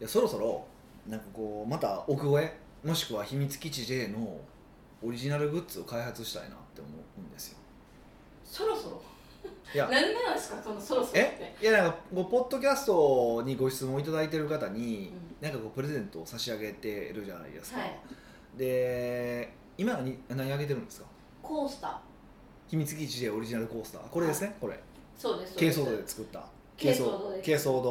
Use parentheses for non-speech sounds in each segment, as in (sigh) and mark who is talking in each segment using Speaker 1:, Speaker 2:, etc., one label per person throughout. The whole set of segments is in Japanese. Speaker 1: やそろそろなんかこうまた奥越えもしくは秘密基地 J のオリジナルグッズを開発したいなって思うんですよ
Speaker 2: そろそろ
Speaker 1: いや
Speaker 2: 何なんですかそのそろそろって
Speaker 1: いやなんかこうポッドキャストにご質問いただいてる方に
Speaker 2: うん、
Speaker 1: なんかこうプレゼントを差し上げてるじゃないですか、
Speaker 2: はい
Speaker 1: で今何何あげてるんですか
Speaker 2: コースター
Speaker 1: 秘密基地 J オリジナルコースターこれですねこれ
Speaker 2: そうですそう
Speaker 1: 軽
Speaker 2: です
Speaker 1: 装堂で作った
Speaker 2: 軽装堂です
Speaker 1: 軽装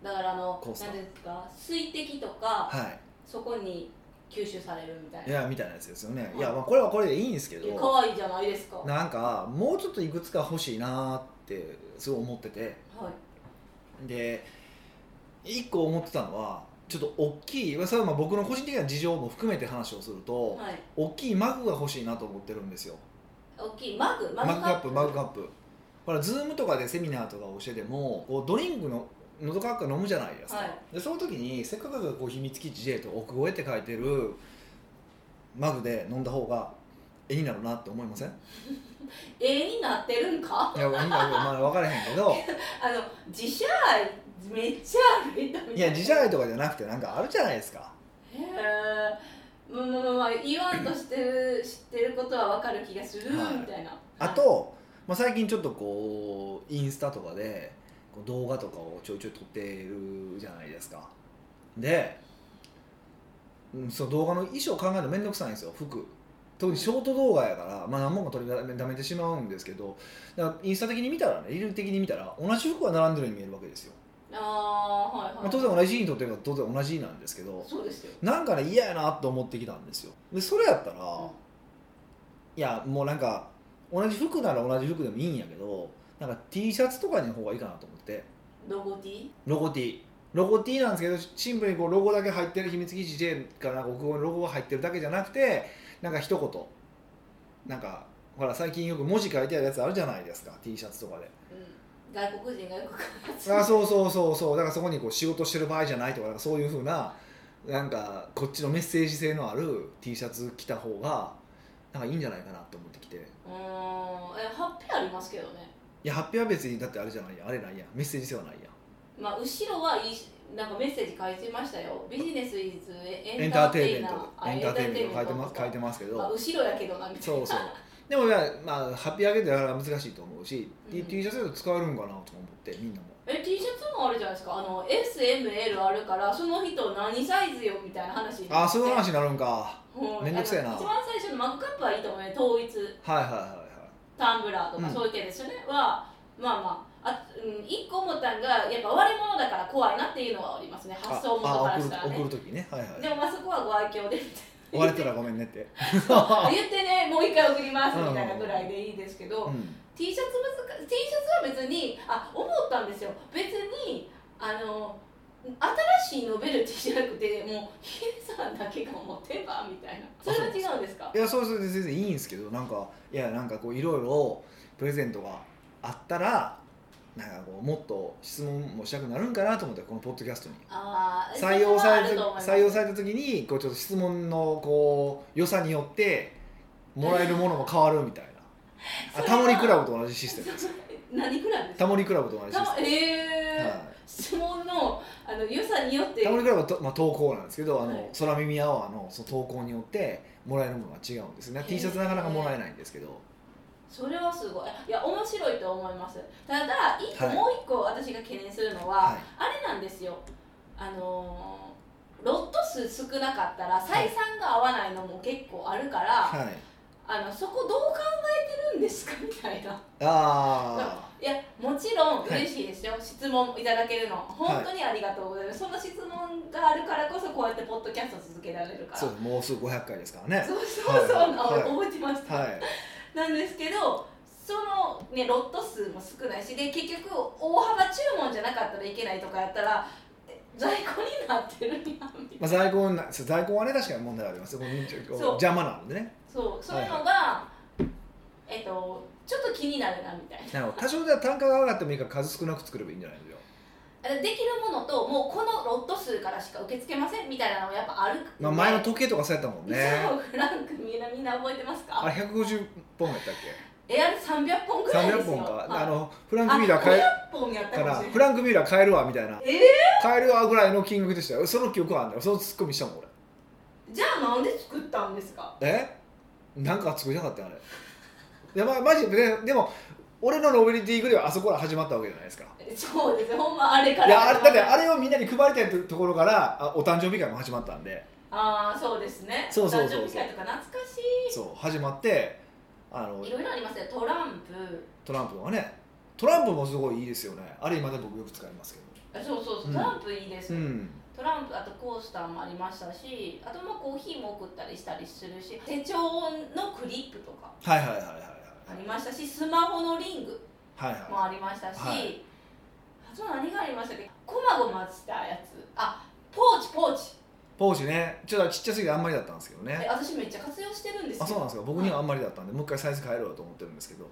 Speaker 1: 堂
Speaker 2: だからあの
Speaker 1: コースター
Speaker 2: 何ですか水滴とか、
Speaker 1: は
Speaker 2: そこに吸収されるみた
Speaker 1: いい
Speaker 2: い
Speaker 1: やみたいなやつですよね、
Speaker 2: はい
Speaker 1: い、やまあこれはこれでいいんですけ
Speaker 2: な
Speaker 1: ど
Speaker 2: 可愛いじゃないですかはい
Speaker 1: なんかもうちょっといくつか欲しいなーってすごい思っててで一個思ってたのはちょっと大きいそれはまあ僕の個人的な事情も含めて話をすると、
Speaker 2: はい
Speaker 1: 大きいマグが欲しいなと思ってるんですよ
Speaker 2: 大きいマグマ
Speaker 1: マ
Speaker 2: グ
Speaker 1: グ
Speaker 2: カ
Speaker 1: カ
Speaker 2: ッ
Speaker 1: ッ
Speaker 2: プ
Speaker 1: プマグカップほらズームとかでセミナーとかをしててもこうドリンクののどかっか飲むじゃないですか、
Speaker 2: はい
Speaker 1: でその時にせっかくがこう秘密基地 J と奥越えって書いてるマグで飲んだ方が絵になるなって思いま
Speaker 2: (laughs)
Speaker 1: せん
Speaker 2: 絵になってるんか (laughs)
Speaker 1: いや、みんなまあ、分からへんけど
Speaker 2: あの自社愛めっちゃ歩いたみたいない
Speaker 1: や自社愛とかじゃなくてなんかあるじゃないですか
Speaker 2: へえまあまあまあまあ言わんとしてる知ってることはわかる気がする、
Speaker 1: はい
Speaker 2: みたいな
Speaker 1: あと、まあ、最近ちょっとこうインスタとかでこう動画とかをちょいちょい撮ってるじゃないですかで、うん、その動画の衣装考えるの面倒くさいんですよ服特にショート動画やから、まあ、何本か取りだめだめてしまうんですけどだからインスタ的に見たらねリール的に見たら同じ服が並んでるように見えるわけですよ、
Speaker 2: ああーはいはい、
Speaker 1: まあ、当然同じ日に撮ってるから当然同じなんですけど
Speaker 2: そうですよ
Speaker 1: なんかね嫌やなと思ってきたんですよでそれやったら、
Speaker 2: うん
Speaker 1: いやもうなんか同じ服なら同じ服でもいいんやけどなんか T シャツとかの方がいいかなと思って
Speaker 2: ロゴ T
Speaker 1: ロゴ T ロゴ T なんですけどシンプルにこうロゴだけ入ってる秘密基地 J からなんか奥越えのロゴが入ってるだけじゃなくてなんか一言なんかほら最近よく文字書いてあるやつあるじゃないですか T シャツとかで
Speaker 2: うん外国人外国人
Speaker 1: あそうそうそうそうだからそこにこう仕事してる場合じゃないとかなんかそういうふうななんかこっちのメッセージ性のある T シャツ着た方がなんかいいんじゃないかなと思ってきて
Speaker 2: うーんえハッピーありますけどね
Speaker 1: いや、発表は別にだってあれじゃないやんあれないやんメッセージ性はないや
Speaker 2: まあ後ろはいいしなんかメッセージ書いてましたよビジネスイズ
Speaker 1: ん
Speaker 2: エ
Speaker 1: エ
Speaker 2: ン
Speaker 1: ンタ
Speaker 2: ター
Speaker 1: ー
Speaker 2: テ
Speaker 1: テ
Speaker 2: イ
Speaker 1: イ
Speaker 2: ナ
Speaker 1: メン
Speaker 2: ー
Speaker 1: ト
Speaker 2: あ
Speaker 1: エンターテイメント書いてます書いてますけ
Speaker 2: まあ
Speaker 1: ど
Speaker 2: 後ろやけどなみたいな
Speaker 1: そうそうでもいやまあハッピーアゲーだから難しいと思うし、
Speaker 2: うん
Speaker 1: T シャツだと使えるんかなとか思ってみんなも
Speaker 2: え T シャツもあるじゃないですかあの SML あるからその人何サイズよみたいな話になって
Speaker 1: ああそういう話になるんか
Speaker 2: うん
Speaker 1: めんどくせえな
Speaker 2: あの一番最初のマグカップはいいと思うね統一
Speaker 1: はいはいはい
Speaker 2: タンブラーとか
Speaker 1: うん
Speaker 2: そういう系ですよね、はまあまああ、うん、一個思ったんがやっぱ割れ物だから怖いなっていうのはありますね
Speaker 1: はい
Speaker 2: 発想元
Speaker 1: あ
Speaker 2: か
Speaker 1: あ
Speaker 2: ら
Speaker 1: 送
Speaker 2: し
Speaker 1: る
Speaker 2: たら
Speaker 1: 送
Speaker 2: ね
Speaker 1: る時ねはいはい
Speaker 2: でもまあそこはご愛
Speaker 1: (laughs)
Speaker 2: 嬌でみたいな
Speaker 1: 終われたらごめんねって、
Speaker 2: あ言ってねもう一回送りますみたいなぐらいでいいですけど、
Speaker 1: うん
Speaker 2: T シャツ難か T シャツは別にあ思ったんですよ別にあの新しいノベルティじゃなくてもうヒデさんだけが持てばみたいなそれは違うんですか
Speaker 1: いやそうそう全然いいんですけどなんかいやなんかこういろいろプレゼントがあったらなんかこうもっと質問もしたくなるんかなと思ってこのポッドキャストに
Speaker 2: あー
Speaker 1: 採用され
Speaker 2: そ
Speaker 1: て
Speaker 2: はあると思います
Speaker 1: 採用された時にこうちょっと質問のこう良さによってもらえるものも変わるみたい
Speaker 2: (laughs)
Speaker 1: なあ
Speaker 2: それは
Speaker 1: タモリクラブと同じシステム
Speaker 2: それ (laughs) 何くらいです
Speaker 1: タ
Speaker 2: か
Speaker 1: モリクラブと同じシス
Speaker 2: たえ
Speaker 1: テム、
Speaker 2: ー
Speaker 1: は
Speaker 2: 質問のあの良さによっ
Speaker 1: い、
Speaker 2: て
Speaker 1: タモリクラブはと、まあ、投稿なんですけどあの、
Speaker 2: はい
Speaker 1: 空耳アワーのその投稿によってもらえるものが違うんですね
Speaker 2: へー
Speaker 1: T シャツなかなかもらえないんですけど
Speaker 2: それはすごいいや面白いと思いますただ一個、
Speaker 1: はい
Speaker 2: もう一個私が懸念するのは、
Speaker 1: はい
Speaker 2: あれなんですよあのーロット数少なかったら採算が合わないのも結構あるから、
Speaker 1: はい
Speaker 2: あのそこどう考えてるんですかみたいな
Speaker 1: あ
Speaker 2: いやもちろん
Speaker 1: はい
Speaker 2: 嬉しいですよ、質問いただけるの本当にありがとうございます、その質問があるからこそこうやってポッドキャスト続けられるか
Speaker 1: あ
Speaker 2: ら
Speaker 1: そ
Speaker 2: そうう
Speaker 1: ですもうすぐ500回ですからね
Speaker 2: そうそう、
Speaker 1: はい
Speaker 2: あ
Speaker 1: はい
Speaker 2: 覚えてました、
Speaker 1: はい
Speaker 2: なんですけどそのねロット数も少ないしで結局大幅注文じゃなかったらいけないとかやったらえ在庫になってるやんみたいな
Speaker 1: まあ、在庫な在庫はね確かに問題がありますよこう
Speaker 2: う
Speaker 1: 邪魔なんでね
Speaker 2: そうそういうのが、えっとちょっと気になるなみたいな
Speaker 1: なるほど多少では単価が上がってもいいから数少なく作ればいいんじゃないのよ
Speaker 2: あでできるものともうこのロット数からしか受け付けませんみたいなのがやっぱある
Speaker 1: まあ、前の時計とかそうやったもんね
Speaker 2: そうフランクみんなみんな覚えてますか
Speaker 1: あれ150本やったっけ
Speaker 2: エアル300本ぐらいです
Speaker 1: 300
Speaker 2: よ
Speaker 1: 本か、
Speaker 2: はい
Speaker 1: あのフラン
Speaker 2: あ
Speaker 1: ク・ミュラー買え
Speaker 2: 500本やった
Speaker 1: か
Speaker 2: からもしれ
Speaker 1: フ
Speaker 2: ない
Speaker 1: ランク・ミュラー買えるわみたいな
Speaker 2: え
Speaker 1: 買えるわぐらいの金額でしたよその記憶はあんだよそのツッコミしたもん俺
Speaker 2: ーじゃあなんで作ったんですか
Speaker 1: えなんか作りたかったよあれいや、まあ、マジででも俺のノベリティぐらいはあそこから始まったわけじゃないですか
Speaker 2: そうですねほんまあれから
Speaker 1: いやあれだってあれをみんなに配りたいところからあお誕生日会も始まったんで
Speaker 2: ああそうですね
Speaker 1: そうそうそうそう
Speaker 2: 誕生日会とか懐かし
Speaker 1: そう始まってあの
Speaker 2: いいろいろありますねトランプ
Speaker 1: トランプはねトランプもすごいいいですよねあれ今でも僕よく使いますけ
Speaker 2: あそうそうそう、
Speaker 1: うん
Speaker 2: トランプいいです、
Speaker 1: どうん
Speaker 2: トランプあとコースターもありましたしあとまあコーヒーも送ったりしたりするし手帳のクリップとか
Speaker 1: はいはいはいはい
Speaker 2: ありましたしスマホのリング
Speaker 1: はいはいは
Speaker 2: もありましたし、
Speaker 1: はい
Speaker 2: あと何がありましたっけこまごましたやつあポーチポーチ
Speaker 1: いポーチねちょっとちっちゃすぎてあんまりだったんですけど
Speaker 2: え
Speaker 1: ね
Speaker 2: 私めっちゃ活用してるんですよ
Speaker 1: あそうなんですか僕にはあんまりだったんでもう一回サイズ変えろよと思ってるんですけど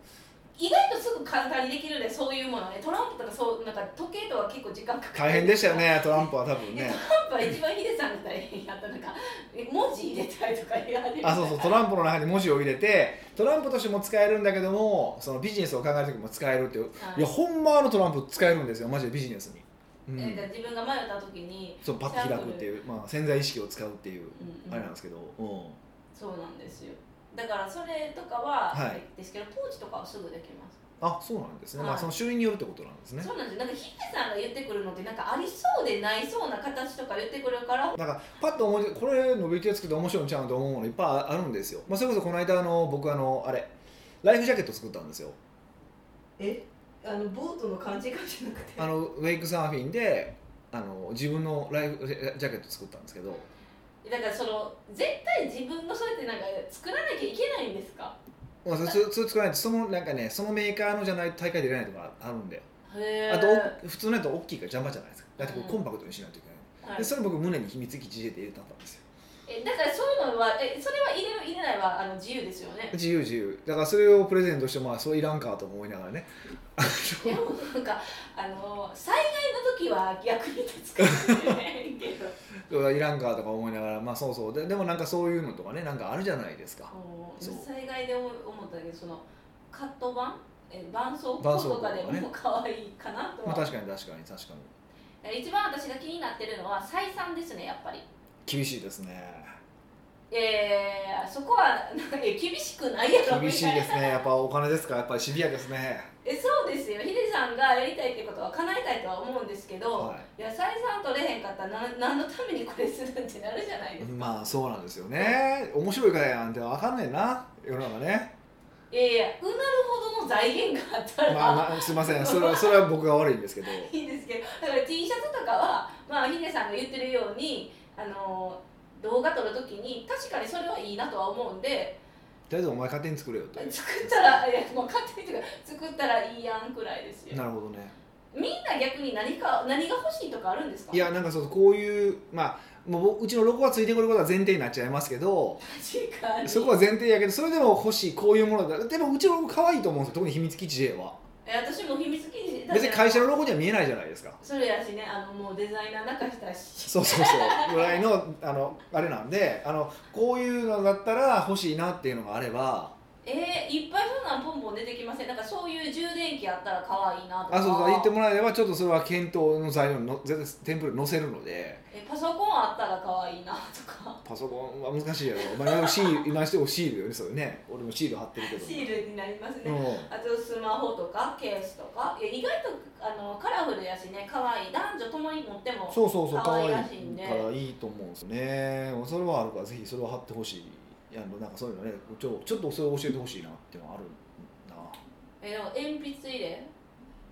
Speaker 2: 意外とすぐ簡単にできるんでそういうものねトランプとかそうなんか時計とか結構時間かかる
Speaker 1: 大変でしたよねトランプは多分ね
Speaker 2: トランプは一番ヒデさんが大変やったなんか文字入れたりとか言われて
Speaker 1: あそうそうトランプの中に文字を入れてトランプとしても使えるんだけどもそのビジネスを考える時も使えるっていう
Speaker 2: はい
Speaker 1: いやほんまあのトランプ使えるんですよマジでビジネスに、う
Speaker 2: えーだから
Speaker 1: ん、
Speaker 2: 自分が迷った時に、
Speaker 1: そうパッと開くっていう、まあ、潜在意識を使うっていう
Speaker 2: うんうん
Speaker 1: あれなんですけど、うん、
Speaker 2: そうなんですよだからそれとかは、
Speaker 1: はい
Speaker 2: ですけどポーチとかはすぐできます、
Speaker 1: あそうなんですね、ま
Speaker 2: は
Speaker 1: あ
Speaker 2: い
Speaker 1: その種類によるってことなんですね
Speaker 2: そうなんですよなんかヒデさんが言ってくるのってなんかありそうでないそうな形とか言ってくるから
Speaker 1: なんかパッと思い出これ伸びて作って面白いんちゃうんと思うものいっぱいあるんですよ、まあ、それこそこの間あの僕あのあれライフジャケット作ったんですよ
Speaker 2: えあのボートの感じがじゃなく (laughs) て
Speaker 1: あのウェイクサーフィンであの自分のライフジャケット作ったんですけど
Speaker 2: だからその絶対自分のそれってなんか作らなきゃいけないんですか
Speaker 1: まあ、そそそれ作らないとそのなんかねそのメーカーのじゃないと大会出れないとかあるんで
Speaker 2: へー
Speaker 1: あとお普通のやつは大きいから邪魔じゃないですかだってこ
Speaker 2: う
Speaker 1: うんコンパクトにしないといけない、
Speaker 2: はい
Speaker 1: でそれ僕胸に秘密基地で入れたんですよ
Speaker 2: えだからそういうのはえそれは入れる入れないはあの自由ですよね
Speaker 1: 自由自由だからそれをプレゼントしてまあそういらんかと思いながら
Speaker 2: (laughs)
Speaker 1: ねあ
Speaker 2: で
Speaker 1: の
Speaker 2: もなんかあの災害の時は役に立つかもしれない
Speaker 1: (laughs)
Speaker 2: けど
Speaker 1: うわいらんかとか思いながらまあそうそうででもなんかそういうのとかねなんかあるじゃないですか
Speaker 2: こう
Speaker 1: そう
Speaker 2: 災害で思ったけどそのカット板え絆創
Speaker 1: 絆
Speaker 2: 膏
Speaker 1: 創膏
Speaker 2: とかで
Speaker 1: とかね
Speaker 2: も可愛いかなと
Speaker 1: まあ
Speaker 2: は、
Speaker 1: 確かに確かに確かに
Speaker 2: え一番私が気になってるのは採算ですねやっぱり
Speaker 1: 厳しいですね
Speaker 2: えー、そこはなんかえ厳しくないやろ
Speaker 1: 厳
Speaker 2: み
Speaker 1: したい
Speaker 2: い
Speaker 1: で
Speaker 2: な
Speaker 1: すねやっぱお金ですからやっぱりシビアですね
Speaker 2: えそうですよヒデさんがやりたいってことは叶えたいとは思うんですけど、
Speaker 1: はい
Speaker 2: や採算取れへんかったらな何のためにこれするんってなるじゃないで
Speaker 1: い
Speaker 2: すか、
Speaker 1: まあそうなんですよね面白いからやんってわかんねえな世の中ね
Speaker 2: いやいやうなるほどの財源があったら、
Speaker 1: まあ、まあ、すいませんそれはそれは僕が悪いんですけど
Speaker 2: いいんですけどだから T シャツとかはまあヒデさんが言ってるようにあの動画撮るときに確かにそれはいいなとは思うんで
Speaker 1: とりあえずお前勝手に作れよと
Speaker 2: 作ったらいやもう勝手にというか作ったらいいやんくらいですよ
Speaker 1: なるほどね
Speaker 2: みんな逆に何か何が欲しいとかあるんですか
Speaker 1: いやなんかそうこういうまあもう僕うちのロゴがついてくることは前提になっちゃいますけど
Speaker 2: 確かに
Speaker 1: そこは前提やけどそれでも欲しいこういうものだでもうちのロゴ可愛いと思うんですよ特に秘密基地 J は
Speaker 2: え私も秘密基地
Speaker 1: 別に会社のロゴには見えないじゃないですか
Speaker 2: それやしねあのもうデザイナー泣かしたし (laughs)
Speaker 1: そうそうそうぐらいのあのあれなんであのこういうのだったら欲しいなっていうのがあれば
Speaker 2: えー、いっぱいそんなんポンポン出てきませんなんかそういう充電器あったら可愛いなとか
Speaker 1: あそうそう言ってもらえればちょっとそれは検討の材料にの全然テンプレに載せるので
Speaker 2: えパソコンあったら可愛いなとか
Speaker 1: パソコンは難しいやろお前がシール今してもシールよねそれね俺もシール貼ってるけど
Speaker 2: シールになりますね、
Speaker 1: うん
Speaker 2: あとスマホとかケースとかいや意外とあのカラフルやしね可愛い男女ともに持っても
Speaker 1: そうそうそう可
Speaker 2: 可
Speaker 1: 愛
Speaker 2: 愛
Speaker 1: い
Speaker 2: い
Speaker 1: から
Speaker 2: しいんで
Speaker 1: いいと思うんですよねそれはあるからぜひそれを貼ってほしいいやなんかそういうのねちょちょっとそれを教えてほしいなっていうのはあるな
Speaker 2: えでも鉛筆入れ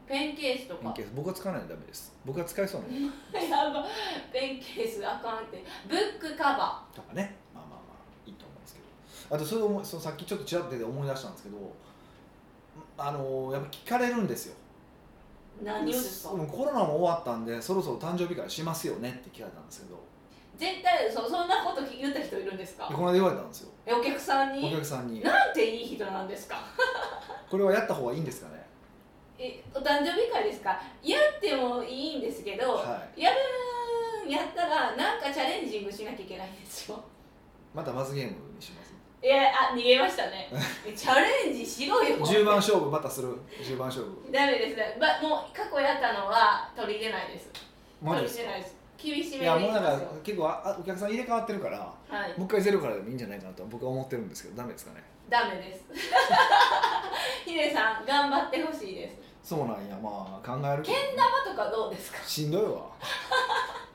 Speaker 2: ペンケースとか
Speaker 1: ペンケース僕は使わないとダメです僕は使えそうなの
Speaker 2: (laughs) やばペンケースあかんってブックカバ
Speaker 1: とかねまあまあまあいいと思うんですけどあとそれをそのさっきちょっとちらっと出て思い出したんですけどあのやっぱ聞かれるんですよ
Speaker 2: ー何をですか
Speaker 1: うんコロナも終わったんでそろそろ誕生日会しますよねって聞かれたんですけど
Speaker 2: 絶対そそんなこと言った人いるんです
Speaker 1: で
Speaker 2: か
Speaker 1: この間言われたんですよ
Speaker 2: えお客さん
Speaker 1: お
Speaker 2: に
Speaker 1: 客さんに
Speaker 2: なんていい人なんですか
Speaker 1: これはやった方がいいんですかね
Speaker 2: えお誕生日会ですかやってもいいんですけど、
Speaker 1: は
Speaker 2: やるんやったらなんかチャレンジングしなきゃいけないんですよ
Speaker 1: また罰ゲームにします
Speaker 2: いやあ逃げました
Speaker 1: (laughs)
Speaker 2: ねチャレンジしろよ
Speaker 1: 10番勝負またする10番勝負
Speaker 2: ダメですね、ばもう過去やったのは取り入れないです
Speaker 1: マジで
Speaker 2: 取り
Speaker 1: す
Speaker 2: 入れ
Speaker 1: か
Speaker 2: ないです厳しめ
Speaker 1: い
Speaker 2: で
Speaker 1: や
Speaker 2: いき
Speaker 1: もうなん
Speaker 2: ます
Speaker 1: か
Speaker 2: よ
Speaker 1: 結構あお客さん入れ替わってるから
Speaker 2: はい
Speaker 1: もう一回ゼロからでもいいんじゃないかなと僕は思ってるんですけどダメですかね
Speaker 2: ダメです (laughs) ヒデさん頑張ってほしいです
Speaker 1: そうなんやまあ考えるけ
Speaker 2: け
Speaker 1: ど
Speaker 2: ん玉とかどうですか
Speaker 1: しんどいわ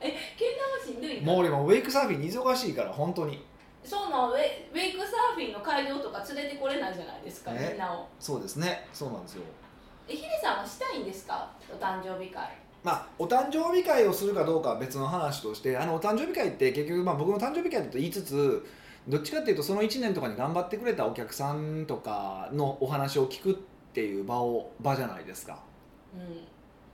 Speaker 2: けん玉しんどいな
Speaker 1: もう俺もウェイクサーフィンに忙しいから本当に
Speaker 2: そうなのウェウェイクサーフィンの会場とか連れてこれないじゃないですかみ
Speaker 1: ね
Speaker 2: んなを
Speaker 1: そうですねそうなんですよ
Speaker 2: えヒデさんはしたいんですかお誕生日会
Speaker 1: まあ、お誕生日会をするかどうかは別の話としてあのお誕生日会って結局、まあ、僕の誕生日会だと言いつつどっちかっていうとその1年とかに頑張ってくれたお客さんとかのお話を聞くっていう場を場じゃないですか
Speaker 2: うん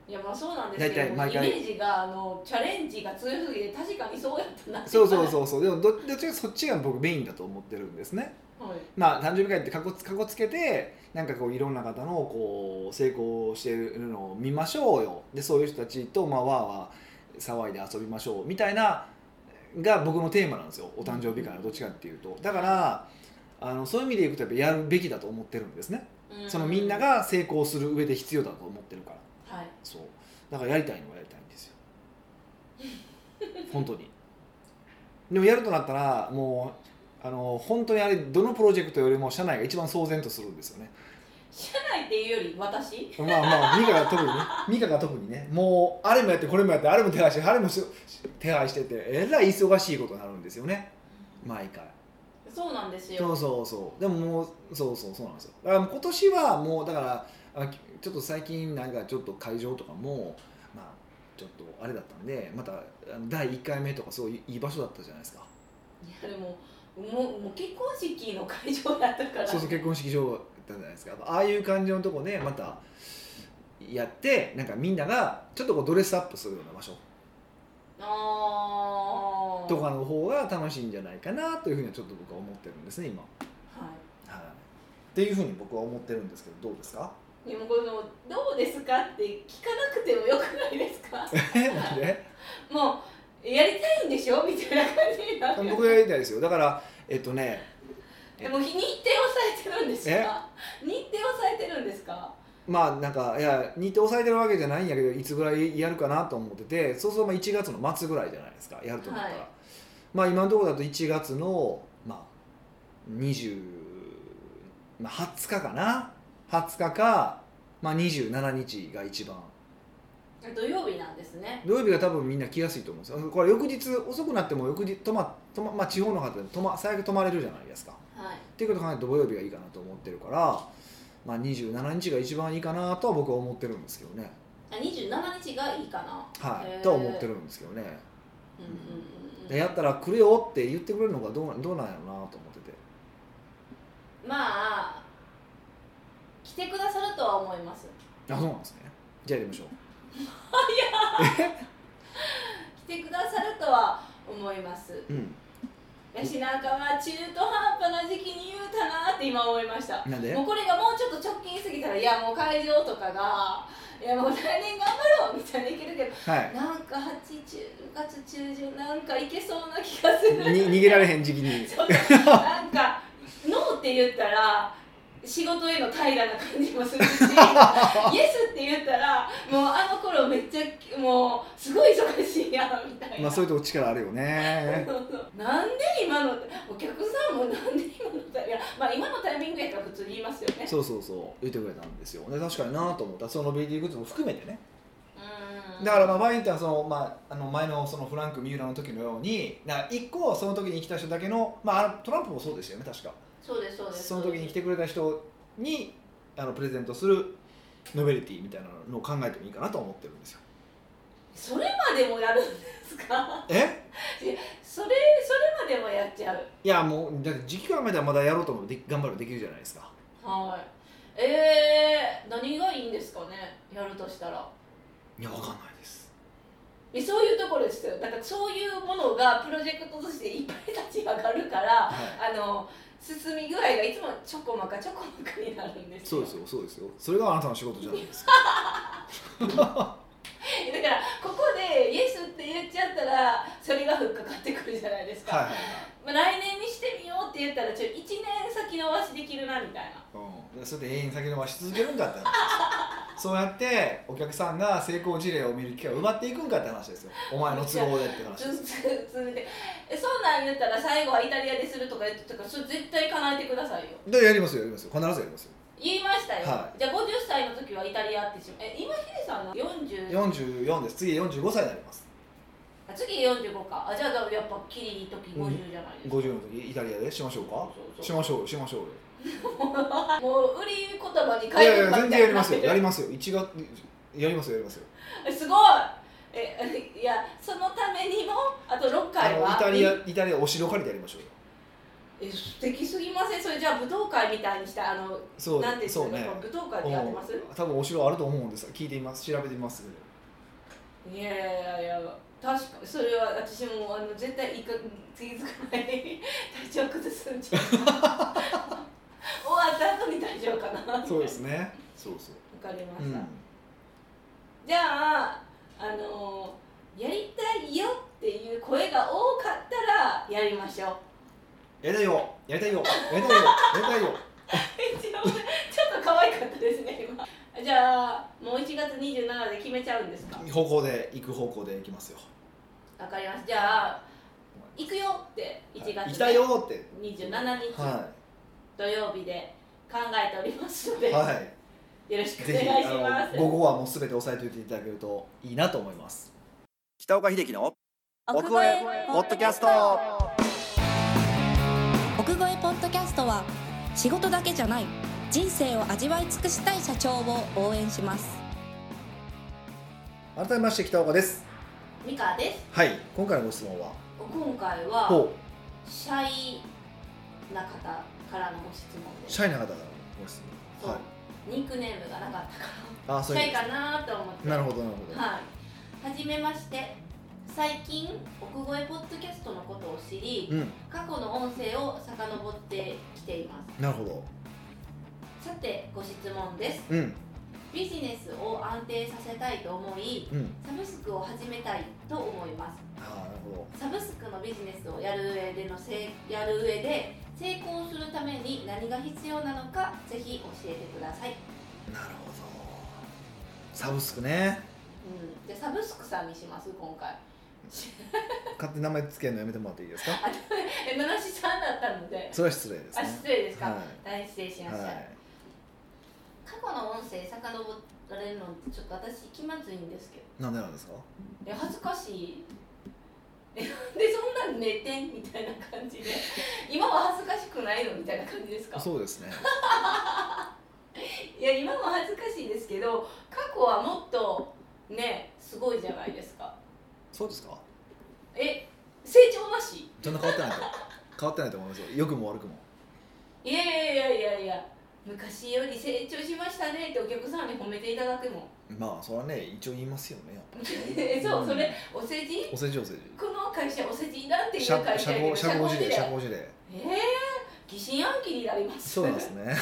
Speaker 2: いやまあそうなんです
Speaker 1: 大
Speaker 2: け
Speaker 1: 体
Speaker 2: どイ
Speaker 1: 毎
Speaker 2: メ
Speaker 1: 回
Speaker 2: ージがあのチャレンジが強すぎて確かにそうやったな
Speaker 1: そうそうそうそうでもどどっちかそっちが僕メインだと思ってるんですね
Speaker 2: う、はい、
Speaker 1: まあ誕生日会ってかこつかこつけてなんかこういろんな方のこう成功してるのを見ましょうよでそういう人たちとまあわーわー騒いで遊びましょうみたいなが僕のテーマなんですよお誕生日会のどっちかっていうとだからあのそういう意味でいくとやっぱやるべきだと思ってるんですね
Speaker 2: う
Speaker 1: そのみんなが成功する上で必要だと思ってるから
Speaker 2: はい
Speaker 1: そうだからやりたいのはやりたいんですよ本当にでもやるとなったらもうあの本当にあれどのプロジェクトよりも社内が一番騒然とするんですよね
Speaker 2: 社内っていうより私
Speaker 1: まあまあ美香が特にね美香が特にねもうあれもやってこれもやってあれも手配してあれもし手配しててえらい忙しいことになるんですよね毎回
Speaker 2: そうなんです
Speaker 1: そ
Speaker 2: よ
Speaker 1: うそうそうでももうそうそうそうなんですよだからもう今年はもうだからあきちょっと最近なんかちょっと会場とかもまあちょっとあれだったんでまたあの第1回目とかすごいいい場所だったじゃないですか
Speaker 2: いやでももうもう結婚式の会場だったから
Speaker 1: そうそう結婚式場だったじゃないですかああいう感じのとこでまたやってなんかみんながちょっとこうドレスアップするような場所
Speaker 2: ああ
Speaker 1: とかの方が楽しいんじゃないかなというふうにはちょっと僕は思ってるんですね今、
Speaker 2: はい
Speaker 1: はい、っていうふうに僕は思ってるんですけどどうです
Speaker 2: (laughs)
Speaker 1: か
Speaker 2: でもこの「どうですか?」って聞かなくてもよくないです
Speaker 1: (laughs)
Speaker 2: か
Speaker 1: えなんで
Speaker 2: もうやりたいんでしょみたいな感じになる
Speaker 1: 僕がやりたいですよだからえっとね
Speaker 2: でも日程をされてるんですか日程をされてるんですか
Speaker 1: まあなんかいや日程押さえてるわけじゃないんやけどいつぐらいやるかなと思っててそうそうまあ1月の末ぐらいじゃないですかやると思ったら、
Speaker 2: はい
Speaker 1: まあ今のところだと1月のまあ20まあ20日かな20日か、まあ、27日が一番
Speaker 2: 土曜日なんですね
Speaker 1: 土曜日が多分みんな来やすいと思うんですよこれ翌日遅くなっても翌日泊ま泊ま、まあ、地方の方で泊ま最悪泊まれるじゃないですか
Speaker 2: はい
Speaker 1: っていうことを考えると土曜日がいいかなと思ってるから、まあ、27日が一番いいかなとは僕は思ってるんですけどね、
Speaker 2: あ27日がいいかな
Speaker 1: は
Speaker 2: へー
Speaker 1: い、とは思ってるんですけどね、
Speaker 2: うんうんうん
Speaker 1: でやったら来るよって言ってくれるのがどうなどうなんやろうなと思ってて
Speaker 2: まあ来てくださるとは思います
Speaker 1: あそうなんですねじゃあやりましょう
Speaker 2: 来てくださるとは思います
Speaker 1: うん
Speaker 2: やしなんかまあ中途半端な時期に言うたなって今思いました
Speaker 1: なんで
Speaker 2: もうこれがもうちょっと直近すぎたらいやもう会場とかがいやもう来年頑張ろうみたいないけるけど
Speaker 1: はい
Speaker 2: なんか8 10月中旬なんかいけそうな気がす
Speaker 1: に
Speaker 2: る
Speaker 1: 逃げられへん時期に
Speaker 2: ちょっとなんかノーって言ったら仕事への平らな感じ
Speaker 1: (laughs)
Speaker 2: もするしイエスって言ったらもうあの頃めっちゃもうすごい忙しいやんみたいな、
Speaker 1: まあそういうとこ力あるよね
Speaker 2: そうそうなんで今のお客さんもなんで今のタイミングいやまあ今のタイミングやったら普通に言いますよね
Speaker 1: そうそうそう言ってくれたんですよで確かになと思ったその BD グッズも含めてね
Speaker 2: うん
Speaker 1: だからまあバインってはその、まあ、あの前のそのフランク・ミューラーの時のようになんか一個その時に来た人だけの、まああの、トランプもそうでしたよね確か
Speaker 2: そうですそうです
Speaker 1: その時に来てくれた人にあのプレゼントするノベリティみたいなのを考えてもいいかなと思ってるんですよ
Speaker 2: それまでもやるんですか
Speaker 1: え
Speaker 2: それそれまでもやっちゃう
Speaker 1: いやもうだって時期考えたらまだやろうと思って頑張ればできるじゃないですか
Speaker 2: はいえー、何がいいんですかねやるとしたら
Speaker 1: いやわかんないです
Speaker 2: えそういうところですよなんかそういうものがプロジェクトとしていっぱい立ち上がるから
Speaker 1: はい
Speaker 2: あの進み具合がいつもちょこまかちょこまかになるんです
Speaker 1: そ
Speaker 2: よ
Speaker 1: うですよそうですよそれがあなたの仕事じゃないですか
Speaker 2: だからここでイエスって言っちゃったらそれがふっかかってくるじゃないですか、
Speaker 1: はいはい
Speaker 2: まあ、来年にしてみようって言ったらちょ1年先延ばしできるなみたいな
Speaker 1: うん、それで永遠先延ばし続けるんかって話そうやってお客さんが成功事例を見る機会を奪っていくんかって話ですよお前の都合でって話
Speaker 2: つつ続いてえそんなん言ったら最後はイタリアでするとか言ってたからそれ絶対叶えてくださいよ
Speaker 1: でやりますよやりますよ必ずやりますよ
Speaker 2: 言いましたよ、
Speaker 1: は
Speaker 2: じゃあ50歳の時はイタリアってしまえ今ヒデさんが40
Speaker 1: 44です次45歳になります
Speaker 2: あ次45かあじゃあやっぱきりいい時50じゃないですか、
Speaker 1: 50の時イタリアでしましょうか
Speaker 2: そう
Speaker 1: し
Speaker 2: そう
Speaker 1: ましょうしましょう
Speaker 2: もう売り言葉に
Speaker 1: よい
Speaker 2: 変
Speaker 1: やい
Speaker 2: える
Speaker 1: や
Speaker 2: か
Speaker 1: 全
Speaker 2: みた
Speaker 1: 然
Speaker 2: い
Speaker 1: や
Speaker 2: に
Speaker 1: り
Speaker 2: な
Speaker 1: ま
Speaker 2: っ
Speaker 1: す
Speaker 2: て (laughs)
Speaker 1: よ
Speaker 2: る
Speaker 1: やりますよ1月やりますよやりますよ
Speaker 2: すごいえいやそのためにもあと6
Speaker 1: あ
Speaker 2: 回
Speaker 1: の
Speaker 2: は
Speaker 1: イタリアイタリアお城借りてやりましょうよ
Speaker 2: え素敵すぎませんそれじゃあ武道会みたいにしたあの
Speaker 1: そう
Speaker 2: なんていうんです
Speaker 1: そ
Speaker 2: か
Speaker 1: うね
Speaker 2: こう武道会ってやってます
Speaker 1: うん多分お城あると思うんです聞いてみます調べてみます
Speaker 2: いやいやいや確かそれは私もあの絶対いいか次づかない (laughs) で体調崩すんじゃ
Speaker 1: (laughs)
Speaker 2: ない終わった後に大丈夫かな
Speaker 1: そうですねそうそう
Speaker 2: わかりま
Speaker 1: う
Speaker 2: した、
Speaker 1: ん
Speaker 2: じゃああのやりたいよっていう声が多かったらやりましょう
Speaker 1: やりたいよやりたいよやりたいよやりたいよ
Speaker 2: 一 (laughs) 応ちょっと可愛かったですね今じゃあもう1月27で決めちゃうんですか
Speaker 1: 方向で行く方向で行きますよ
Speaker 2: わかりますじゃあ行くよって1月
Speaker 1: 行きたいよって
Speaker 2: 27日、
Speaker 1: は
Speaker 2: 土曜日で考えておりますので、
Speaker 1: いはい
Speaker 2: よろしくお
Speaker 1: ぜひ
Speaker 2: 願いしま
Speaker 1: あ
Speaker 2: す
Speaker 1: の午後はもうすべて押さえておいていただけるといいなと思います北岡秀樹の奥越えポッドキャスト
Speaker 3: 奥越えポッドキャストは仕事だけじゃない人生を味わい尽くしたい社長を応援します
Speaker 1: 改めまして北岡です
Speaker 2: ミカです
Speaker 1: はい今回のご質問は
Speaker 2: 今回は
Speaker 1: ほ
Speaker 2: シャイな方からのご質問
Speaker 1: う
Speaker 2: です
Speaker 1: シャイな方からのご質
Speaker 2: そ
Speaker 1: 問
Speaker 2: う
Speaker 1: はい
Speaker 2: ニックネームがなかったか
Speaker 1: あ
Speaker 2: らシ
Speaker 1: そうい
Speaker 2: ャ
Speaker 1: う
Speaker 2: イかなと思って
Speaker 1: なるほどなるほど
Speaker 2: はいはじめまして最近奥越えポッドキャストのことを知り
Speaker 1: うん
Speaker 2: 過去の音声を遡ってきていま
Speaker 1: なるほど
Speaker 2: すさてご質問です
Speaker 1: うん
Speaker 2: ビジネスを安定させたいと思い
Speaker 1: うん
Speaker 2: サブスクを始めたいと思います
Speaker 1: ああなるほ
Speaker 2: サブスクのビジネスをやる上でのせいやる上で成功するために何が必要なのかぜひ教えてください、
Speaker 1: どなるほどサブスクね
Speaker 2: うん、じゃあサブスクさんにします今回
Speaker 1: 勝手に名前つけるのやめてもらっていいですか
Speaker 2: え名無しさんだったので
Speaker 1: それは失礼です
Speaker 2: あ
Speaker 1: ね
Speaker 2: 失礼ですか、
Speaker 1: は
Speaker 2: 大失礼し
Speaker 1: い
Speaker 2: ました、
Speaker 1: はい
Speaker 2: 過去の音声遡られるのちょっと私気まずいんですけど
Speaker 1: なんでなんですか
Speaker 2: え恥ずかしいえでそんなん寝てんみたいな感じで今は恥ずかしくないのみたいな感じですか
Speaker 1: そうですね
Speaker 2: いや今も恥ずかしいですけど過去はもっとねすごいじゃないですか
Speaker 1: そうですか
Speaker 2: え成長なし
Speaker 1: そんな変わってないと変わってないと思いますよ良くも悪くも
Speaker 2: いやいやいやいやいや昔より成長しましたねってお客さんに褒めていただくもん
Speaker 1: まあそれはね一応言いますよねやっぱ (laughs)
Speaker 2: えそうそれお世辞
Speaker 1: お世辞お世
Speaker 2: この会社お世辞なんてい
Speaker 1: 辞
Speaker 2: う
Speaker 1: 社
Speaker 2: 会社
Speaker 1: 社
Speaker 2: やけ
Speaker 1: 交
Speaker 2: ど
Speaker 1: 社交辞令社
Speaker 2: 社交
Speaker 1: 交辞令
Speaker 2: ええ疑心暗鬼になります
Speaker 1: そうなんですね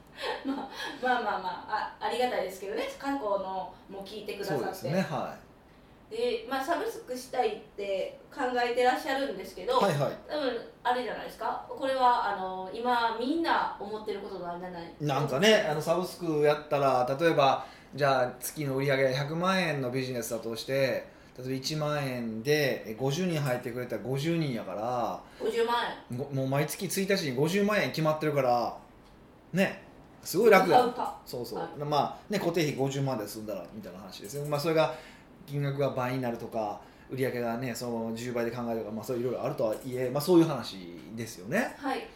Speaker 2: (laughs) まあまあまああありがたいですけどね過去のも聞いてくださ
Speaker 1: そ
Speaker 2: って
Speaker 1: うですねは
Speaker 2: でまあ、サブスクしたいって考えてらっしゃるんですけ
Speaker 1: い
Speaker 2: ど、
Speaker 1: はいはい
Speaker 2: 多分あれじゃないですかこれはあの今みんな思ってることなんじゃない
Speaker 1: なんかねあのサブスクやったら例えばじゃあ月の売り上げが100万円のビジネスだとして例えば1万円でえ50人入ってくれたら50人やから
Speaker 2: 50万円
Speaker 1: ごもう毎月1日に50万円決まってるからねすごい楽
Speaker 2: 買
Speaker 1: だ
Speaker 2: うか
Speaker 1: そうそう、
Speaker 2: はい
Speaker 1: まあね固定費50万で済んだらみたいな話ですねまあそれが金額が倍になるとか売り上げがねその10倍で考えるとかまあそういろいろあるとはいえまあそういう話ですよね
Speaker 2: はい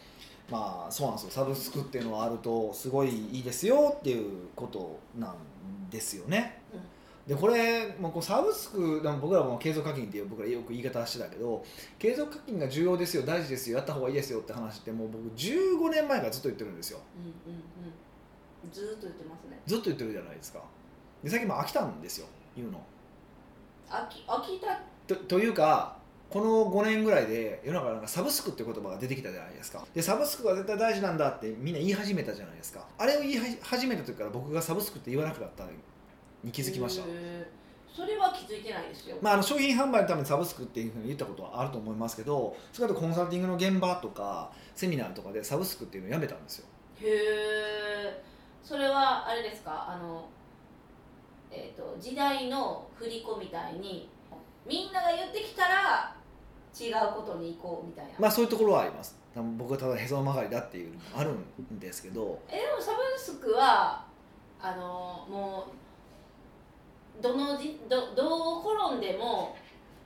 Speaker 1: まあそうなんですよサブスクっていうのはあるとすごいいいですよっていうことなんですよね、
Speaker 2: うん
Speaker 1: でこれもうこうサブスクでも僕らも継続課金っていう僕らよく言い方してたけど継続課金が重要ですよ大事ですよやった方がいいですよって話ってもう僕15年前からずっと言ってるんですよ
Speaker 2: うんうんうんずーっと言ってますね
Speaker 1: ずっと言ってるじゃないですかで最近もう飽きたんですよ言うの
Speaker 2: 飽き飽きた
Speaker 1: とというかこの5年ぐらいで世の中なんかサブスクって言葉が出てきたじゃないですかでサブスクが絶対大事なんだってみんな言い始めたじゃないですかあれを言いはじ始めた時から僕がサブスクって言わなくなったに気づきました
Speaker 2: へーそれは気づいてないですよ、
Speaker 1: まあ、あの商品販売のためにサブスクっていうふうに言ったことはあると思いますけどそれからコンサルティングの現場とかセミナーとかでサブスクっていうのをやめたんですよ
Speaker 2: へえそれはあれですかあの、えー、と時代の振り子みたいにみんなが言ってきたら違うことに行こうみたいな、
Speaker 1: まあそういうところはあります僕はただへそ曲がりだっていうのもあるんですけど
Speaker 2: えでもサブスクはあのもうどのじどどう転んでも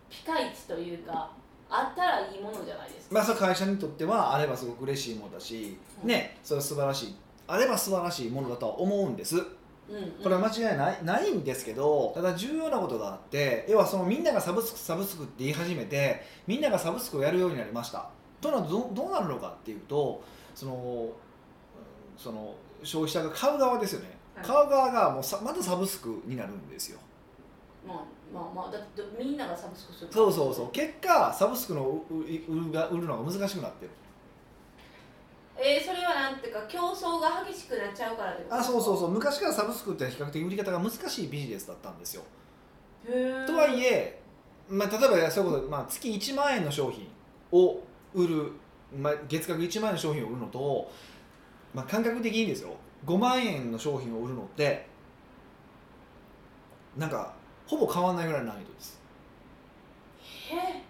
Speaker 2: ピカイチというかあったらいいものじゃないですか、
Speaker 1: まあ、それは会社にとってはあればすごく嬉しいものだし、
Speaker 2: うん
Speaker 1: ね、それは素晴らしいあれば素晴らしいものだとは思うんです
Speaker 2: うんうん
Speaker 1: これは間違いないないんですけどただ重要なことがあって要はそのみんながサブスクサブスクって言い始めてみんながサブスクをやるようになりましたとなるとどどうなるのかっていうとそのうんその消費者が買う側ですよね、
Speaker 2: はい
Speaker 1: 買う側がもうさまたサブスクになるんですよ
Speaker 2: まあまあまあだってみんながサブスクする
Speaker 1: そうそうそう結果サブスクのうう売るが売るのが難しくなってる
Speaker 2: えー、それはなんていうか競争が激しくなっちゃうからってこと
Speaker 1: あそうそう
Speaker 2: う
Speaker 1: そう昔からサブスクって比較的売り方が難しいビジネスだったんですよと
Speaker 2: と
Speaker 1: はいえ、まあ、例えばそういうこと、まあ、月1万円の商品を売る、まあ、月額1万円の商品を売るのと、まあ、感覚的にですよ5万円の商品を売るのってなんかほぼ変わらないぐらいの難易度です
Speaker 2: え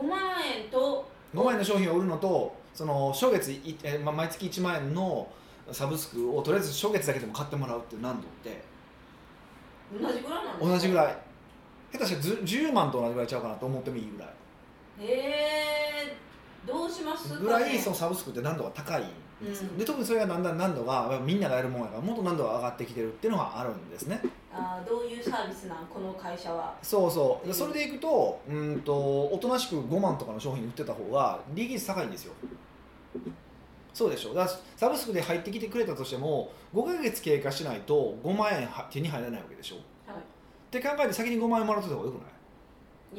Speaker 2: 5万円と
Speaker 1: 5万円の商品を売るのとその初月い、えまあ、毎月1万円のサブスクをとりあえず初月だけでも買ってもらうっていう難度って
Speaker 2: 同じぐらいなんですか
Speaker 1: 同じぐらい
Speaker 2: い
Speaker 1: 下手したらず10万と同じぐらいちゃうかなと思ってもいいぐらい
Speaker 2: えー、どうしますか、ね、
Speaker 1: ぐらいそのサブスクって難度が高いんですよ、
Speaker 2: うん
Speaker 1: で特にそれがだんだん難度がみんながやるもんやからもっと難度が上がってきてるっていうのがあるんですね
Speaker 2: あーどういうサービスなんこの会社は
Speaker 1: そうそう
Speaker 2: う
Speaker 1: で
Speaker 2: ん
Speaker 1: それでいくとうーんとおとなしく5万とかの商品売ってた方が利益率高いんですよそうでしょだからサブスクで入ってきてくれたとしても5ヶ月経過しないと5万円は手に入らないわけでしょ、
Speaker 2: はい
Speaker 1: って考えて先に5万円もらっといた方がよくな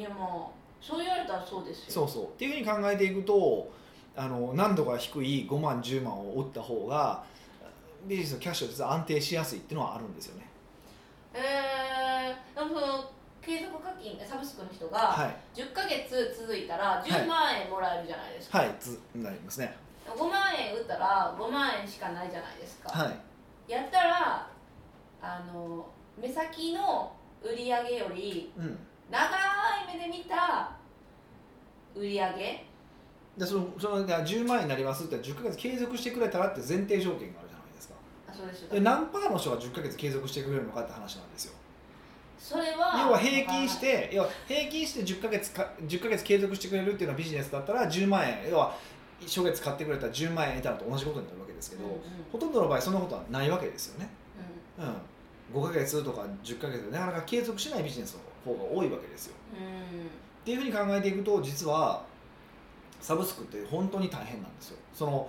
Speaker 1: い
Speaker 2: いやもうそう言われたらそうですよ
Speaker 1: そうそうっていうふうに考えていくとあの難度が低い5万10万を打った方がビジネスのキャッシュを実は安定しやすいっていうのはあるんですよね
Speaker 2: えー、でもその継続課金サブスクの人が
Speaker 1: はい
Speaker 2: 10ヶ月続いたら10万円もらえるじゃないですか、
Speaker 1: はいつなりますね
Speaker 2: 5万円打ったら5万円しかないじゃないですか、
Speaker 1: はい
Speaker 2: やったらあの目先の売り上げより
Speaker 1: うん
Speaker 2: 長い目で見た売り上げ
Speaker 1: でそのそのだから10万円になりますって10ヶ月継続してくれたらって前提条件があるじゃないですか
Speaker 2: あそうですよ
Speaker 1: で何パーの人が10ヶ月継続してくれるのかって話なんですよ
Speaker 2: それは
Speaker 1: 要は平均して要は平均して10ヶ月か10ヶ月継続してくれるっていうのはビジネスだったら10万円要は初月買ってくれたら10万円得たのと同じことになるわけですけ
Speaker 2: うん
Speaker 1: ど、
Speaker 2: うんうん
Speaker 1: ほとんどの場合そんなことはないわけですよね、うん、5ヶ月とか10ヶ月でなかなか継続しないビジネスの方が多いわけですよ
Speaker 2: うん
Speaker 1: っていうふうに考えていくと実はサブスクって本当に大変なんですよその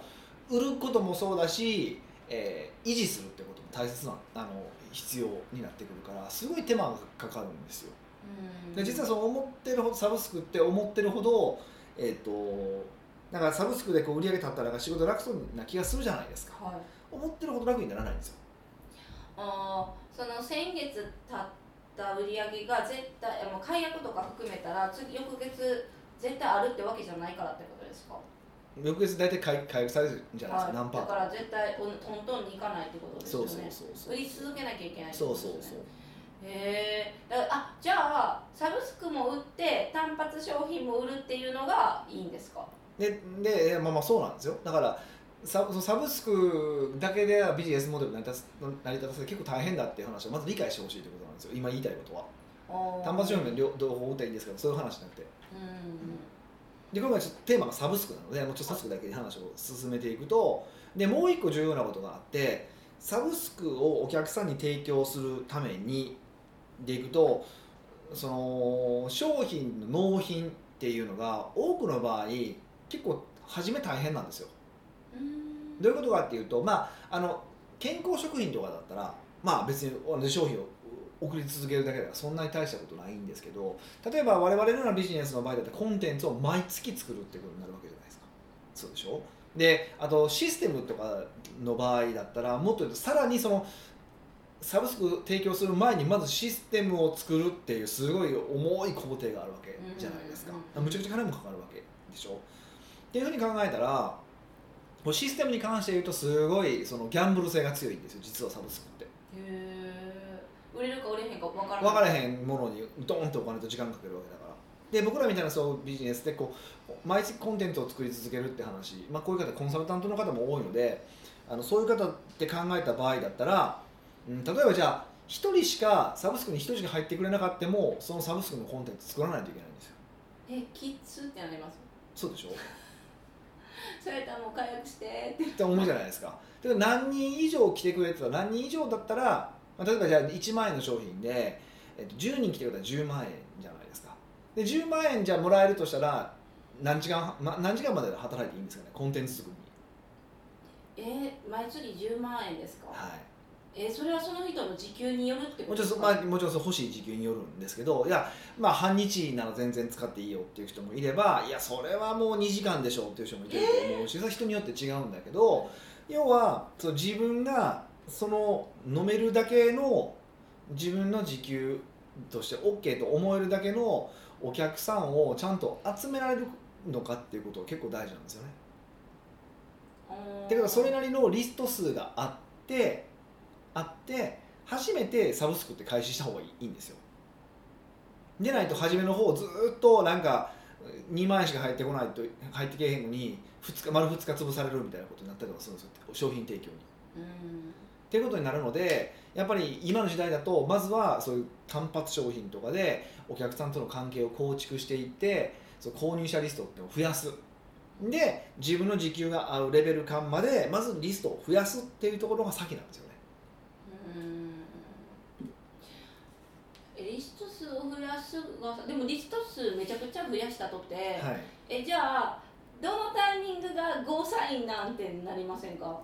Speaker 1: 売ることもそうだし、えー維持するってことも大切なあの必要になってくるからすごい手間がかかるんですよ
Speaker 2: うん
Speaker 1: で実はその思ってるほどサブスクって思ってるほどえっ、となんかサブスクでこう売り上げ立ったら仕事楽そうな気がするじゃないですか
Speaker 2: はい
Speaker 1: 思ってるほど楽にならないんですよ
Speaker 2: あーその先月たった売り上げが絶対もう解約とか含めたら次翌月絶対あるってわけじゃないからってことですか
Speaker 1: 翌日大体回回復されるんじゃないですか、何
Speaker 2: はい
Speaker 1: パ
Speaker 2: だ
Speaker 1: ー
Speaker 2: から絶対おトントンに行かないってことです
Speaker 1: そ
Speaker 2: よ
Speaker 1: う
Speaker 2: ね
Speaker 1: そうそうそう
Speaker 2: 売り続けなきゃいけないって
Speaker 1: そ
Speaker 2: こ
Speaker 1: う
Speaker 2: と
Speaker 1: そう
Speaker 2: です
Speaker 1: そ
Speaker 2: ね
Speaker 1: う
Speaker 2: へえだあじゃあサブスクも売って単発商品も売るっていうのがいいんですか
Speaker 1: ででまあまあそうなんですよだからサそのサブスクだけではビジネスモデル成り立つ成り立たせて結構大変だっていう話をまず理解してほしいってことなんですよ今言いたいことは単発商品の両両方打っていいんですけどそういう話じゃなくて
Speaker 2: うん
Speaker 1: で今回ちょっとテーマがサブスクなのでもうちょっとサブスクだけで話を進めていくとでもう一個重要なことがあってサブスクをお客さんに提供するためにでいくとその商品の納品っていうのが多くの場合結構初め大変なんですよ
Speaker 2: うん
Speaker 1: どういうことかっていうと、まあ、あの健康食品とかだったら、まあ、別に同じ商品を送り続けるだけだからそんなに大したことないんですけど例えば我々のようなビジネスの場合だってコンテンツを毎月作るってことになるわけじゃないですかそうでしょであとシステムとかの場合だったらもっと言うとさらにそのサブスク提供する前にまずシステムを作るっていうすごい重い工程があるわけじゃないですか
Speaker 2: うんうん、
Speaker 1: むちゃくちゃ金もかかるわけでしょっていうふうに考えたらこうシステムに関して言うとすごいそのギャンブル性が強いんですよ実はサブスクって
Speaker 2: へー売れるか売れへんか分から
Speaker 1: 分から
Speaker 2: ん
Speaker 1: へんものにドーンとお金と時間かけるわけだからで僕らみたいなそうビジネスでこう毎月コンテンツを作り続けるって話、まあ、こういう方コンサルタントの方も多いのであのそういう方って考えた場合だったら、うん、例えばじゃあ1人しかサブスクに1人しか入ってくれなかったもそのサブスクのコンテンツ作らないといけないんですよ
Speaker 2: えキッズってなります
Speaker 1: そうでしょ
Speaker 2: それともう解約してって
Speaker 1: って思うじゃないですか。だから何人以上来てくれてたら何人以上だったら、まあ、例えばじゃあ1万円の商品で、えっと、10人来てくれたら10万円じゃないですか。で10万円じゃあもらえるとしたら何時間、ま、何時間まで働いていいんですかねコンテンツ作りに。
Speaker 2: え毎月10万円ですか
Speaker 1: はい
Speaker 2: えそれはその人の時給によるってこ
Speaker 1: も
Speaker 2: と
Speaker 1: ちろ
Speaker 2: で
Speaker 1: ん
Speaker 2: す
Speaker 1: そ
Speaker 2: か
Speaker 1: まあ、もちろんその欲しい時給によるんですけどいや、まあ、半日なら全然使っていいよっていう人もいればいやそれはもう2時間でしょっていう人もいると思うし、それは人によって違うんだけど要はそう自分がその飲めるだけの自分の時給として OK と思えるだけのお客さんをちゃんと集められるのかっていうことが結構大事なんですよね。
Speaker 2: うん
Speaker 1: だからそれなりのリスト数があってあって初めてサブスクって開始した方がいいんですよでないと初めの方ずーっとなんか2万円しか入ってこないと入ってけえへんのに2日丸2日潰されるみたいなことになったりとかするんですよ商品提供に。
Speaker 2: うん
Speaker 1: っていうことになるのでやっぱり今の時代だとまずはそういう単発商品とかでお客さんとの関係を構築していってそう購入者リストっていうのを増やすで自分の時給が合うレベル感までまずリストを増やすっていうところが先なんですよね
Speaker 2: うんえリスト数を増やすがさでもリスト数めちゃくちゃ増やしたとって、
Speaker 1: はい
Speaker 2: えじゃあどのタイミングがゴーサインなんてなりませんか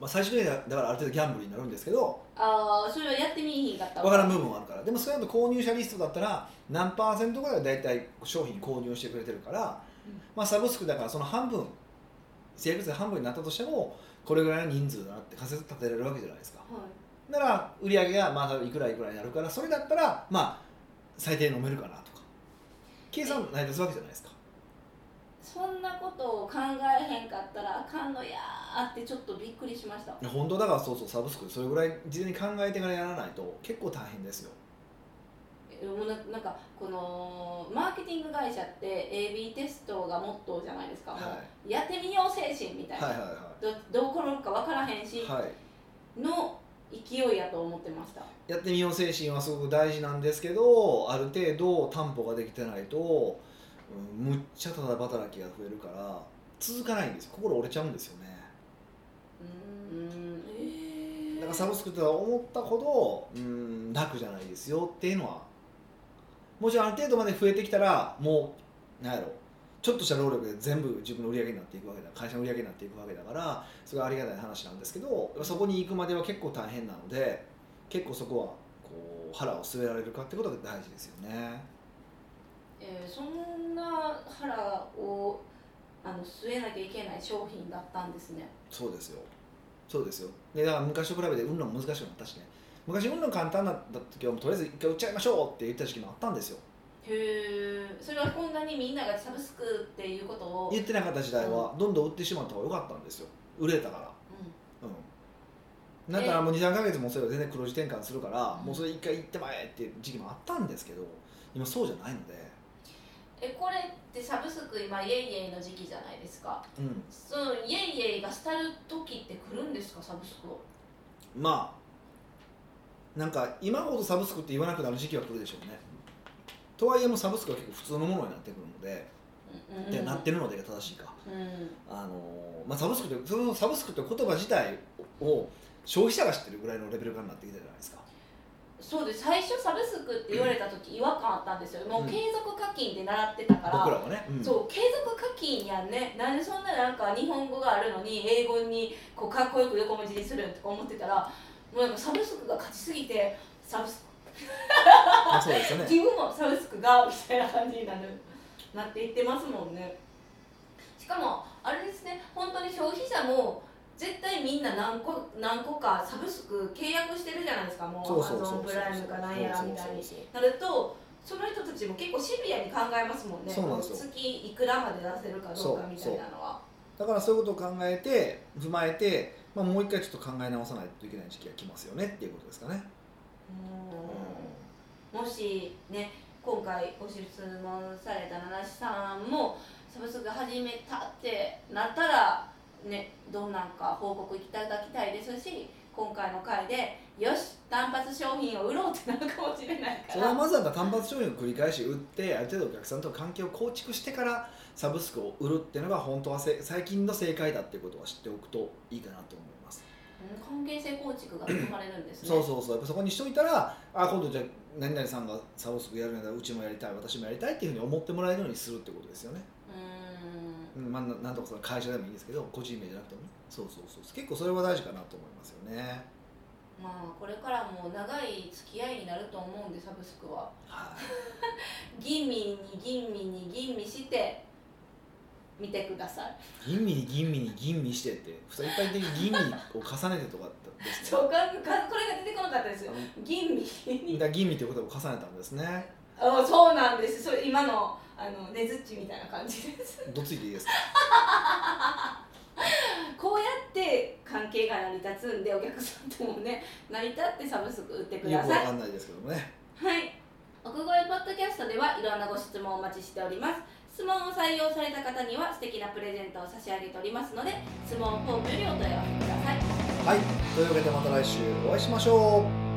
Speaker 1: まあ、最終的にはだからある程度ギャンブルになるんですけど
Speaker 2: ああそれはやってみいひんかった
Speaker 1: 分からん部分はあるからでも少なくとも購入者リストだったら何パーセントぐらいは大体商品購入してくれてるから、
Speaker 2: うん
Speaker 1: まあ、サブスクだからその半分生活で半分になったとしてもこれぐらいの人数だなって仮説立てられるわけじゃないですか
Speaker 2: はい
Speaker 1: なら売り上げがまあいくらいくらになるからそれだったらまあ最低飲めるかなとか計算成り立つわけじゃないですか
Speaker 2: そんなことを考えへんかったらあかんのやーってちょっとびっくりしました
Speaker 1: いや本当だからそうそうサブスクそれぐらい事前に考えてからやらないと結構大変ですよ
Speaker 2: えもうななんかこのマーケティング会社って AB テストがモットーじゃないですか、
Speaker 1: はい
Speaker 2: もうやってみよう精神みたいな、
Speaker 1: はいはい
Speaker 2: どどう転ぶか分からへんし、
Speaker 1: はいはい
Speaker 2: の勢いやと思ってました
Speaker 1: やってみよう精神はすごく大事なんですけどある程度担保ができてないと、うん、むっちゃただ働きが増えるから続かないんですよ心折れちゃうんですよね
Speaker 2: うーんえ
Speaker 1: だからサブスクとは思ったほど、うん、楽じゃないですよっていうのはもちろんある程度まで増えてきたらもうなんやろちょっとした労力で全部自分の売り上げになっていくわけだ会社の売り上げになっていくわけだからすごいありがたい話なんですけどそこに行くまでは結構大変なので結構そこはこう腹を据えられるかってことが大事ですよね。
Speaker 2: えーそんな腹をあの据えなきゃいけない商品だったんですね
Speaker 1: そうですよそうですよでだから昔と比べて運論難しくなったしね昔運論簡単だった時はもうとりあえず一回売っちゃいましょうって言った時期もあったんですよ
Speaker 2: へえそれはこんなにみんながサブスクっていうことを、
Speaker 1: 言ってなかった時代はどんどん売ってしまった方が良かったんですよ売れたから
Speaker 2: う
Speaker 1: うんだったらもう23か月もそれは全然黒字転換するから、
Speaker 2: うん
Speaker 1: もうそれ一回行ってまえっていう時期もあったんですけど今そうじゃないので
Speaker 2: ん、えこれってサブスク今イエイイエイの時期じゃないですか
Speaker 1: うん
Speaker 2: そのイエイイエイが廃る時って来るんですかサブスクを
Speaker 1: まあなんか今ほどサブスクって言わなくなる時期は来るでしょうねとはいえもうサブスクは結構普通のものになってくるので、
Speaker 2: うん
Speaker 1: でなってるので正しいか
Speaker 2: うん
Speaker 1: あのーまあ、サブスクってそのサブスクって言葉自体を消費者が知ってるぐらいのレベル感になってきたじゃないですか
Speaker 2: そうです最初サブスクって言われた時違和感あったんですよもううん継続課金で習ってたから、
Speaker 1: 僕らはね、うん
Speaker 2: そう継続課金やんねなんでそんななんか日本語があるのに英語にこうかっこよく横文字にするんとか思ってたらもうなんかサブスクが勝ちすぎてサブス
Speaker 1: まあそうですよね
Speaker 2: 自分もサブスクがみたいな感じになるなっていってますもんねしかもあれですね本当に消費者も絶対みんな何個何個かサブスク契約してるじゃないですかもう
Speaker 1: そう
Speaker 2: ア
Speaker 1: そう
Speaker 2: マ
Speaker 1: そうそう
Speaker 2: ゾンプライムかなんやらみたいに
Speaker 1: そうそうそう
Speaker 2: なるとその人たちも結構シビアに考えますもんね
Speaker 1: そうなんですよ
Speaker 2: 月いくらまで出せるかどうかみたいなのは
Speaker 1: だからそういうことを考えて踏まえて、まあ、もう一回ちょっと考え直さないといけない時期が来ますよねっていうことですかね、
Speaker 2: うんもしね今回ご質問された七七さんもサブスク始めたってなったらねどんなんか報告いただきたいですし今回の回でよし単発商品を売ろうってなるかもしれないか
Speaker 1: それは
Speaker 2: ら
Speaker 1: まずは単発商品を繰り返し売ってある程度お客さんとの関係を構築してからサブスクを売るっていうのが本当はせ最近の正解だっていうことは知っておくといいかなと思います、
Speaker 2: うん関係性構築が生まれるんですね
Speaker 1: そうそうそうやっぱそこにしといたらあ今度じゃあ何々さんがサブスクやるならうちもやりたい私もやりたいっていうふうに思ってもらえるようにするってことですよね、
Speaker 2: うん
Speaker 1: うんまあ、ななんとかその会社でもいいんですけど個人名じゃなくてもねそうそうそう結構それは大事かなと思いますよね
Speaker 2: まあこれからも長い付き合いになると思うんでサブスクは
Speaker 1: はい
Speaker 2: 吟味に吟味に吟味して見てください
Speaker 1: 吟味に吟味に吟味してって普通一般的に吟味を重ねてとかです
Speaker 2: ちょかんかこれが出てこなかったですよ
Speaker 1: ね
Speaker 2: 吟味に
Speaker 1: だから吟味という言葉を重ねたんですね
Speaker 2: (laughs) あそうなんですそれ今のあのねずっちみたいな感じです
Speaker 1: どついていいですか
Speaker 2: (laughs) こうやって関係が成り立つんでお客さんともね (laughs) 成り立ってサブスク売ってく
Speaker 1: よ
Speaker 2: だ
Speaker 1: くわ
Speaker 2: さい
Speaker 1: かんないですけどもね
Speaker 2: はい。奥越えポッドキャストではいろんなご質問をお待ちしております。質問を採用された方には素敵なプレゼントを差し上げておりますので、質問フォームよりお問い合わせください。
Speaker 1: はいというわけでまた来週お会いしましょう